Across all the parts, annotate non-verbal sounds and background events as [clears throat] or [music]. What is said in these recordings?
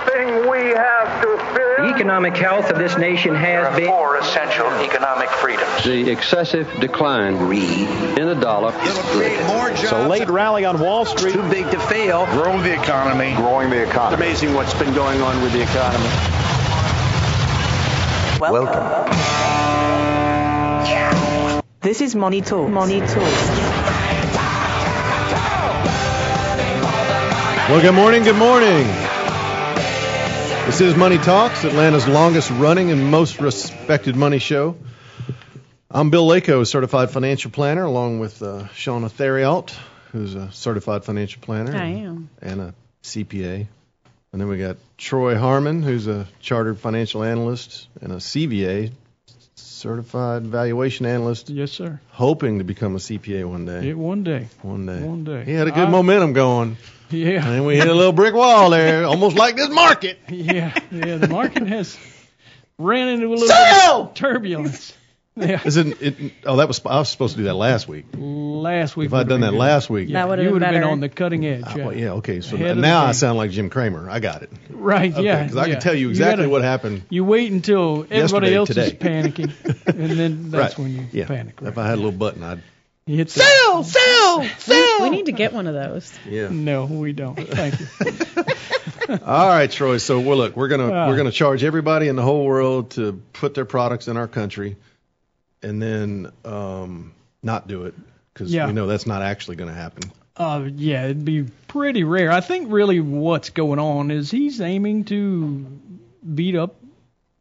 we have to fear. The economic health of this nation There has are been. four essential economic freedoms. The excessive decline in the dollar. It's a late rally on Wall Street. Too big to fail. Grow the economy. Growing the economy. Amazing what's been going on with the economy. Welcome. This is Money Talks. Money Talks. Well, good morning. Good morning. This is Money Talks, Atlanta's longest running and most respected money show. I'm Bill Lako, certified financial planner, along with uh, Shauna Theriault, who's a certified financial planner I and- am. and a CPA. And then we got Troy Harmon, who's a chartered financial analyst and a CVA, certified valuation analyst, Yes, sir. hoping to become a CPA one day. Yeah, one day. One day. One day. He had a good I- momentum going. Yeah. And we hit a little brick wall there, [laughs] almost like this market. yeah. Yeah. The market has ran into a little bit of [laughs] turbulence. Yeah. Is it, it? Oh, that was I was supposed to do that last week. Last week. If I'd done that last week, yeah, yeah, you would've you been would have been better. on the cutting edge. Yeah. well, yeah okay. So Ahead of the now I game. sound like Jim Cramer. I got it. Right. Okay, yeah. I yeah. can tell you exactly gotta- what happened. You wait until everybody Yesterday, else is today. panicking, [laughs] and then that's right. when you yeah. panic. Right? If I had a little button, I'd. You hit the, sell, sell. We need to get one of those. Yeah. no, we don't. Thank [laughs] you. All right, Troy. So we're look, we're gonna Ah. we're gonna charge everybody in the whole world to put their products in our country, and then um, not do it because Yeah. we know that's not actually gonna happen. Uh, yeah, it'd be pretty rare. I think really what's going on is he's aiming to beat up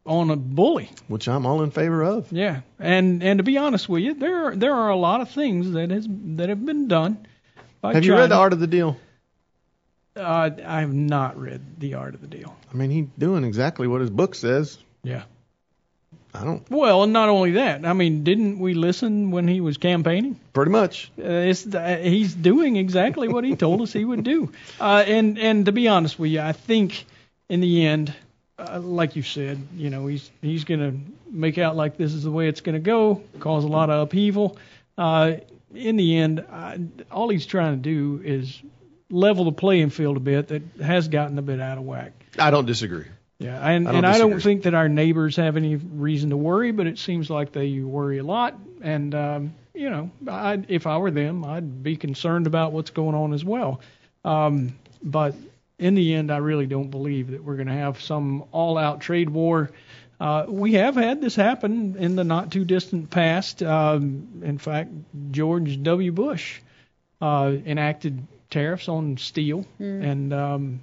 on a bully. Which I'm all in favor of. Yeah, and and to be honest with you, there are, there are a lot of things that has that have been done. By Have you read the China. Art of the Deal? Uh, I have not read the art of the deal. I mean, he's doing exactly what his book says. Yeah. I don't. Well, and not only that, I mean, didn't we listen when he was campaigning? Pretty much. Uh, it's uh, he's doing exactly what he told us he would do. Uh, and and to be honest with you, I think in the end, uh, like you said, you know, he's he's gonna make out like this is the way it's gonna go, cause a lot of upheaval. Uh, in the end, I, all he's trying to do is level the playing field a bit that has gotten a bit out of whack. I don't disagree. Yeah, and, I don't and I don't disagree. think that our neighbors have any reason to worry, but it seems like they worry a lot. And um, you know, I, if I were them, I'd be concerned about what's going on as well. Um, but in the end, I really don't believe that we're going to have some all-out trade war. Uh, we have had this happen in the not too distant past. Um, in fact, George W. Bush uh, enacted tariffs on steel and um,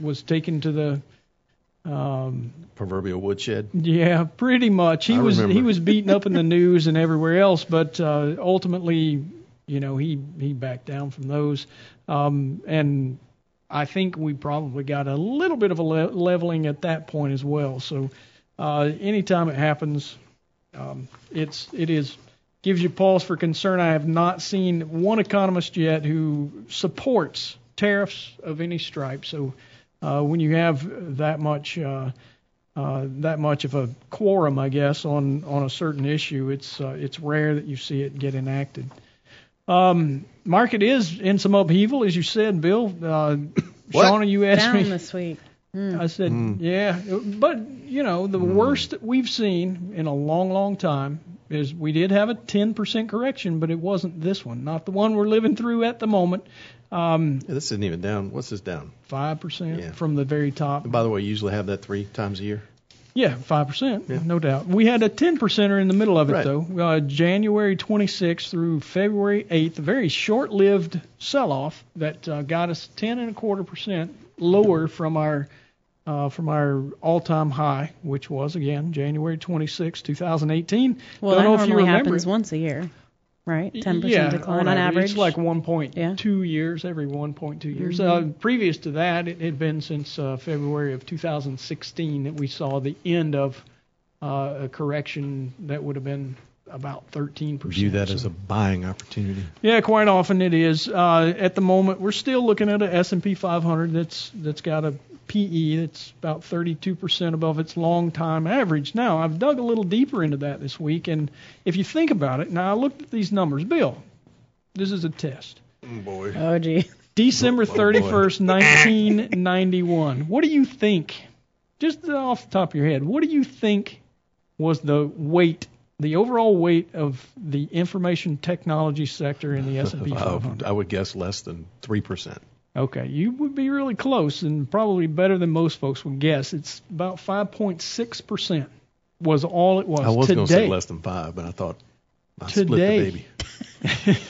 was taken to the um, Proverbial woodshed. yeah, pretty much. He I was remember. he was beaten up in the news and everywhere else, but uh, ultimately, you know, he he backed down from those. Um, and I think we probably got a little bit of a le- leveling at that point as well. So uh, anytime it happens, um, it's it is gives you pause for concern. I have not seen one economist yet who supports tariffs of any stripe. So uh, when you have that much. Uh, uh, that much of a quorum, I guess, on on a certain issue. It's uh, it's rare that you see it get enacted. Um, market is in some upheaval, as you said, Bill. Uh, Shauna, you asked Down me. this week. Hmm. I said, yeah, but you know, the worst that we've seen in a long, long time is we did have a 10% correction, but it wasn't this one, not the one we're living through at the moment. Um, Yeah, this isn't even down. What's this down? 5% Yeah. from the very top. And by the way, you usually have that three times a year. Yeah, five percent, no doubt. We had a ten percenter in the middle of it Right. though. Uh, January 26th through February 8th, a very short-lived sell-off that uh, got us ten and a quarter percent lower from our uh, from our all-time high, which was again January 26, 2018. Well, Don't know that if you normally remember happens it. once a year, right? 10% yeah, decline on, average. average. It's like 1.2 Yeah. Mm-hmm. years, every 1.2 years. Uh, previous to that, it had been since uh, February of 2016 that we saw the end of uh, a correction that would have been about 13%. View that So- as a buying opportunity. yeah, quite often it is. Uh, at the moment, we're still looking at a S&P 500 that's that's got a PE that's about 32% above its long-time average. Now, I've dug a little deeper into that this week, and if you think about it, now I looked at these numbers. Bill, this is a test. Boy. oh, gee. December Oh, boy. 31st, 1991. What do you think just off the top of your head, what do you think was the weight, the overall weight of the information technology sector in the S&P Oh, I 500? would- Uh, I would guess less than 3%. Okay, you would be really close and probably better than most folks would guess. It's about 5.6% was all it was. I was today. going to say less [laughs] than 5, but I thought I split Today. the baby.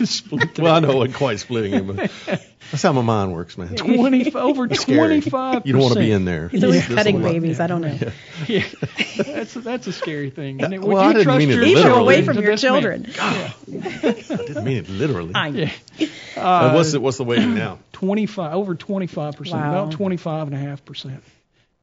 Split the- Well, I know it wasn't quite splitting it, [laughs] but that's how my mind works, man. 20, over scary. 25%. You don't want to be in there. He's always There's a cutting lot- babies. I don't know. [laughs] Yeah. That's, that's a scary thing. Isn't it? Would Uh, Well, I you didn't trust mean it your Keep literally. Even children away from to your this man? children. I didn't mean it literally. I Yeah. Uh, what's the what's the weighting now? 25 over 25 percent Wow. about 25 and a half percent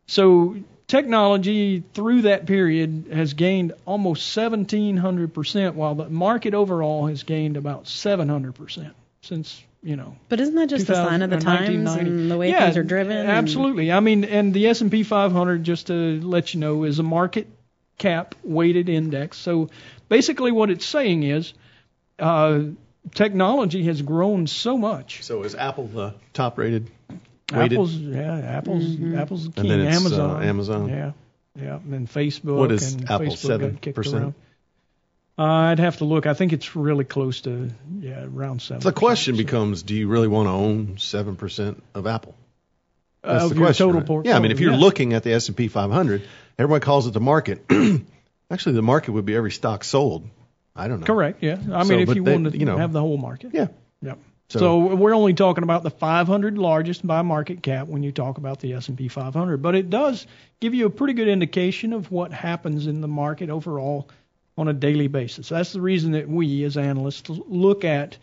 so technology through that period has gained almost 1700 percent while the market overall has gained about 700 percent since you know But isn't that just a sign of the 2000 or times 1990. and the way Yeah, things are driven? and- Absolutely. I mean, and the S&P 500, just to let you know, is a market cap weighted index. So basically, what it's saying is, uh, technology has grown so much. So is Apple the top rated? Weighted? Apple's, yeah, Apple's, Apple's the king. then it's, uh, Amazon, Amazon. yeah, yeah, and then Facebook. What is and Apple, Facebook got 7%? kicked around. Uh, I'd have to look. I think it's really close to yeah, around seven. The question becomes: Do you really want to own seven percent of Apple? That's of the your question. Uh, total right? portfolio. Yeah, I mean, if you're yeah. looking at the S and P 500, everyone calls it the market. [clears throat] Actually, the market would be every stock sold. I don't know. correct, yeah. I So, mean, if but you they- wanted to you know. have the whole market, Yeah. Yep. So- So, we're only talking about the 500 largest by market cap when you talk about the S&P 500, but it does give you a pretty good indication of what happens in the market overall on a daily basis. That's the reason that we as analysts l- look at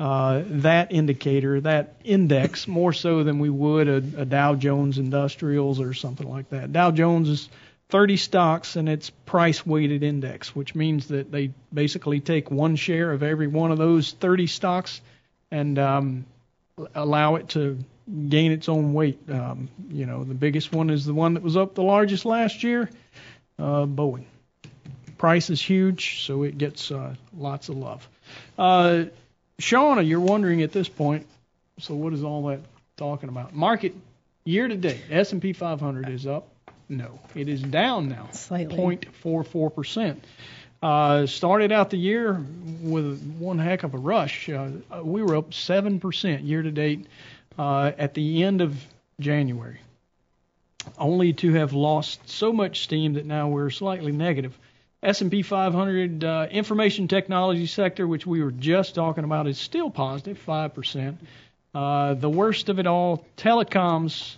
uh, that indicator, that index, more so than we would a, a Dow Jones Industrials or something like that. Dow Jones is 30 stocks and it's price weighted index, which means that they basically take one share of every one of those 30 stocks and um, allow it to gain its own weight. Um, you know, the biggest one is the one that was up the largest last year, uh, Boeing. Price is huge, so it gets uh, lots of love. Uh, Shauna, you're wondering at this point. So what is all that talking about? Market year to date, S&P 500 is up. No, it is down now. Slightly. 0.44 percent. Uh, started out the year with one heck of a rush. Uh, we were up seven percent year to date uh, at the end of January, only to have lost so much steam that now we're slightly negative. S&P 500 uh, information technology sector, which we were just talking about, is still positive, five percent. Uh, the worst of it all, telecoms,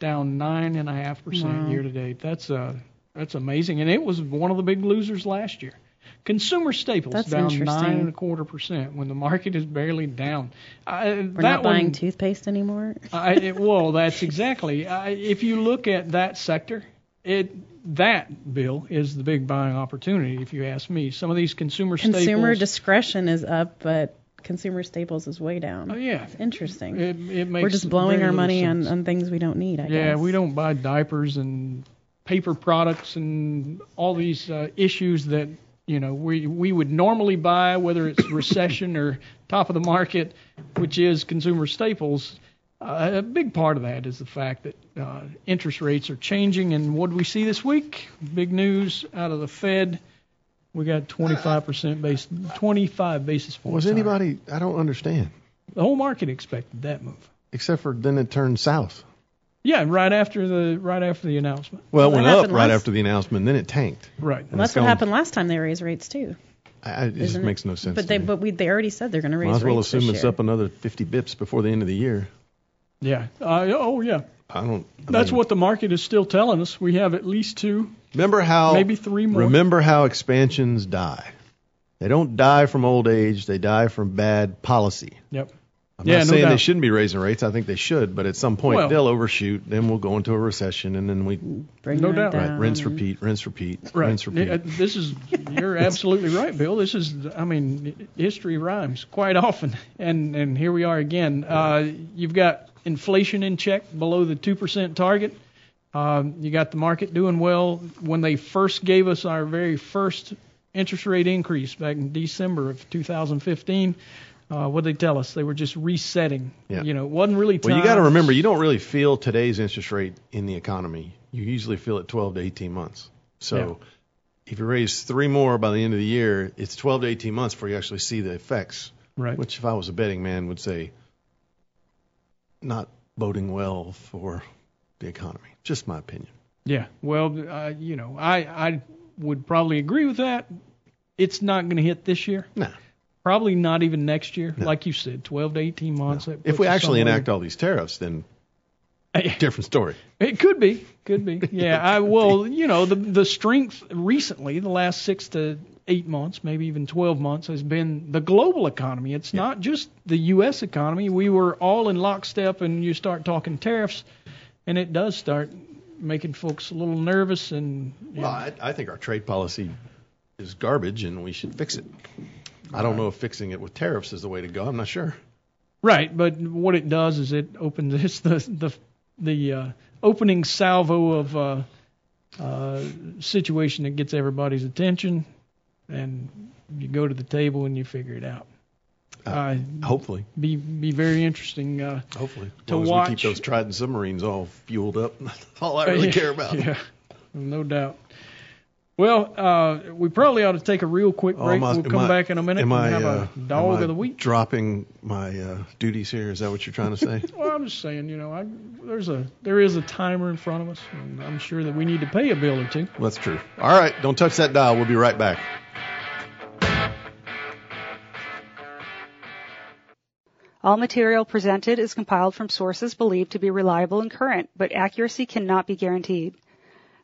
down nine and a half percent year to date. That's uh, that's amazing, and it was one of the big losers last year. Consumer staples That's down interesting. nine and a quarter percent when the market is barely down. I, We're not that buying one, uh, toothpaste anymore. I, it, well, that's exactly. I, if you look at that sector, it that bill is the big buying opportunity. If you ask me, some of these consumer, Consumer staples. discretion is up, but consumer staples is way down. Oh, yeah. It's interesting. it, it makes We're just blowing very our little money sense. on, on things we don't need, I guess. Yeah, we don't buy diapers and paper products and all these uh, issues that you know we we would normally buy, whether it's recession or top of the market, which is consumer staples. Uh, a big part of that is the fact that uh, interest rates are changing. And what do we see this week? Big news out of the Fed. We got 25% base, 25 basis points. Was higher. anybody? I don't understand. The whole market expected that move. Except for then it turned south. Yeah, right after the right after the announcement. Well, it What went up happened right last- after the announcement, and then it tanked. Right. Well, that's It's gone- what happened last time they raised rates too. I, I- it just isn't it? makes no sense. But to they me. but we they already said they're going to raise Might as well rates assume this it's year. up another 50 bips before the end of the year. Yeah. Uh, oh, yeah. I don't. I That's mean- what the market is still telling us. We have at least two. Remember how Maybe three more. Remember how expansions die. They don't die from old age. They die from bad policy. Yep. I'm Yeah, not no saying they doubt. shouldn't be raising rates. I think they should, but at some point Well- they'll overshoot. Then we'll go into a recession, and then we Bring No that doubt. right, down rinse, and- repeat, rinse, repeat, Right. rinse, repeat. Uh, This is. [laughs] You're absolutely right, Bill. This is. I mean, history rhymes quite often, and and here we are again. Uh, you've got inflation in check below the two percent target. Um, you got the market doing well. When they first gave us our very first interest rate increase back in December of 2015, uh, what they tell us they were just resetting. Yeah. You know, it wasn't really. Time. Well, you got to remember, you don't really feel today's interest rate in the economy. You usually feel it 12 to 18 months. So if you raise three more by the end of the year, it's 12 to 18 months before you actually see the effects, Right. which if I was a betting man would say not boding well for the economy. Just my opinion. Yeah. Well, uh, you know, I I would probably agree with that. It's not going to hit this year. No. Probably not even next year. Like you said, 12 to 18 months. that If puts we us actually somewhere- enact all these tariffs, then different story. It could be, could be. Yeah, I well, you know, the the strength recently, the last six to eight months, maybe even twelve months, has been the global economy. It's not just the U.S. economy. We were all in lockstep, and you start talking tariffs, and it does start making folks a little nervous. And you Well, I, I think our trade policy is garbage and we should fix it. I don't know if fixing it with tariffs is the way to go. I'm not sure. Right, but what it does is it opens [laughs] it's the the the uh, opening salvo of uh, uh, situation that gets everybody's attention, and you go to the table and you figure it out. Uh, Hopefully. be be very [laughs] interesting. Uh, Hopefully. As To long as we watch. Uh, keep those Trident submarines all fueled up. [laughs] all I really [laughs] care about. Yeah, no doubt. Well, uh, we probably ought to take a real quick Oh, break. am I- we'll am come I- back in a minute am and I, have uh, a dog am I of the week. Dropping my uh, duties here. Is that what you're trying to [laughs] say? Well, I'm just saying, you know, I, there's a there is a timer in front of us, and I'm sure that we need to pay a bill or two. That's true. All right. Don't touch that dial. We'll be right back. All material presented is compiled from sources believed to be reliable and current, but accuracy cannot be guaranteed.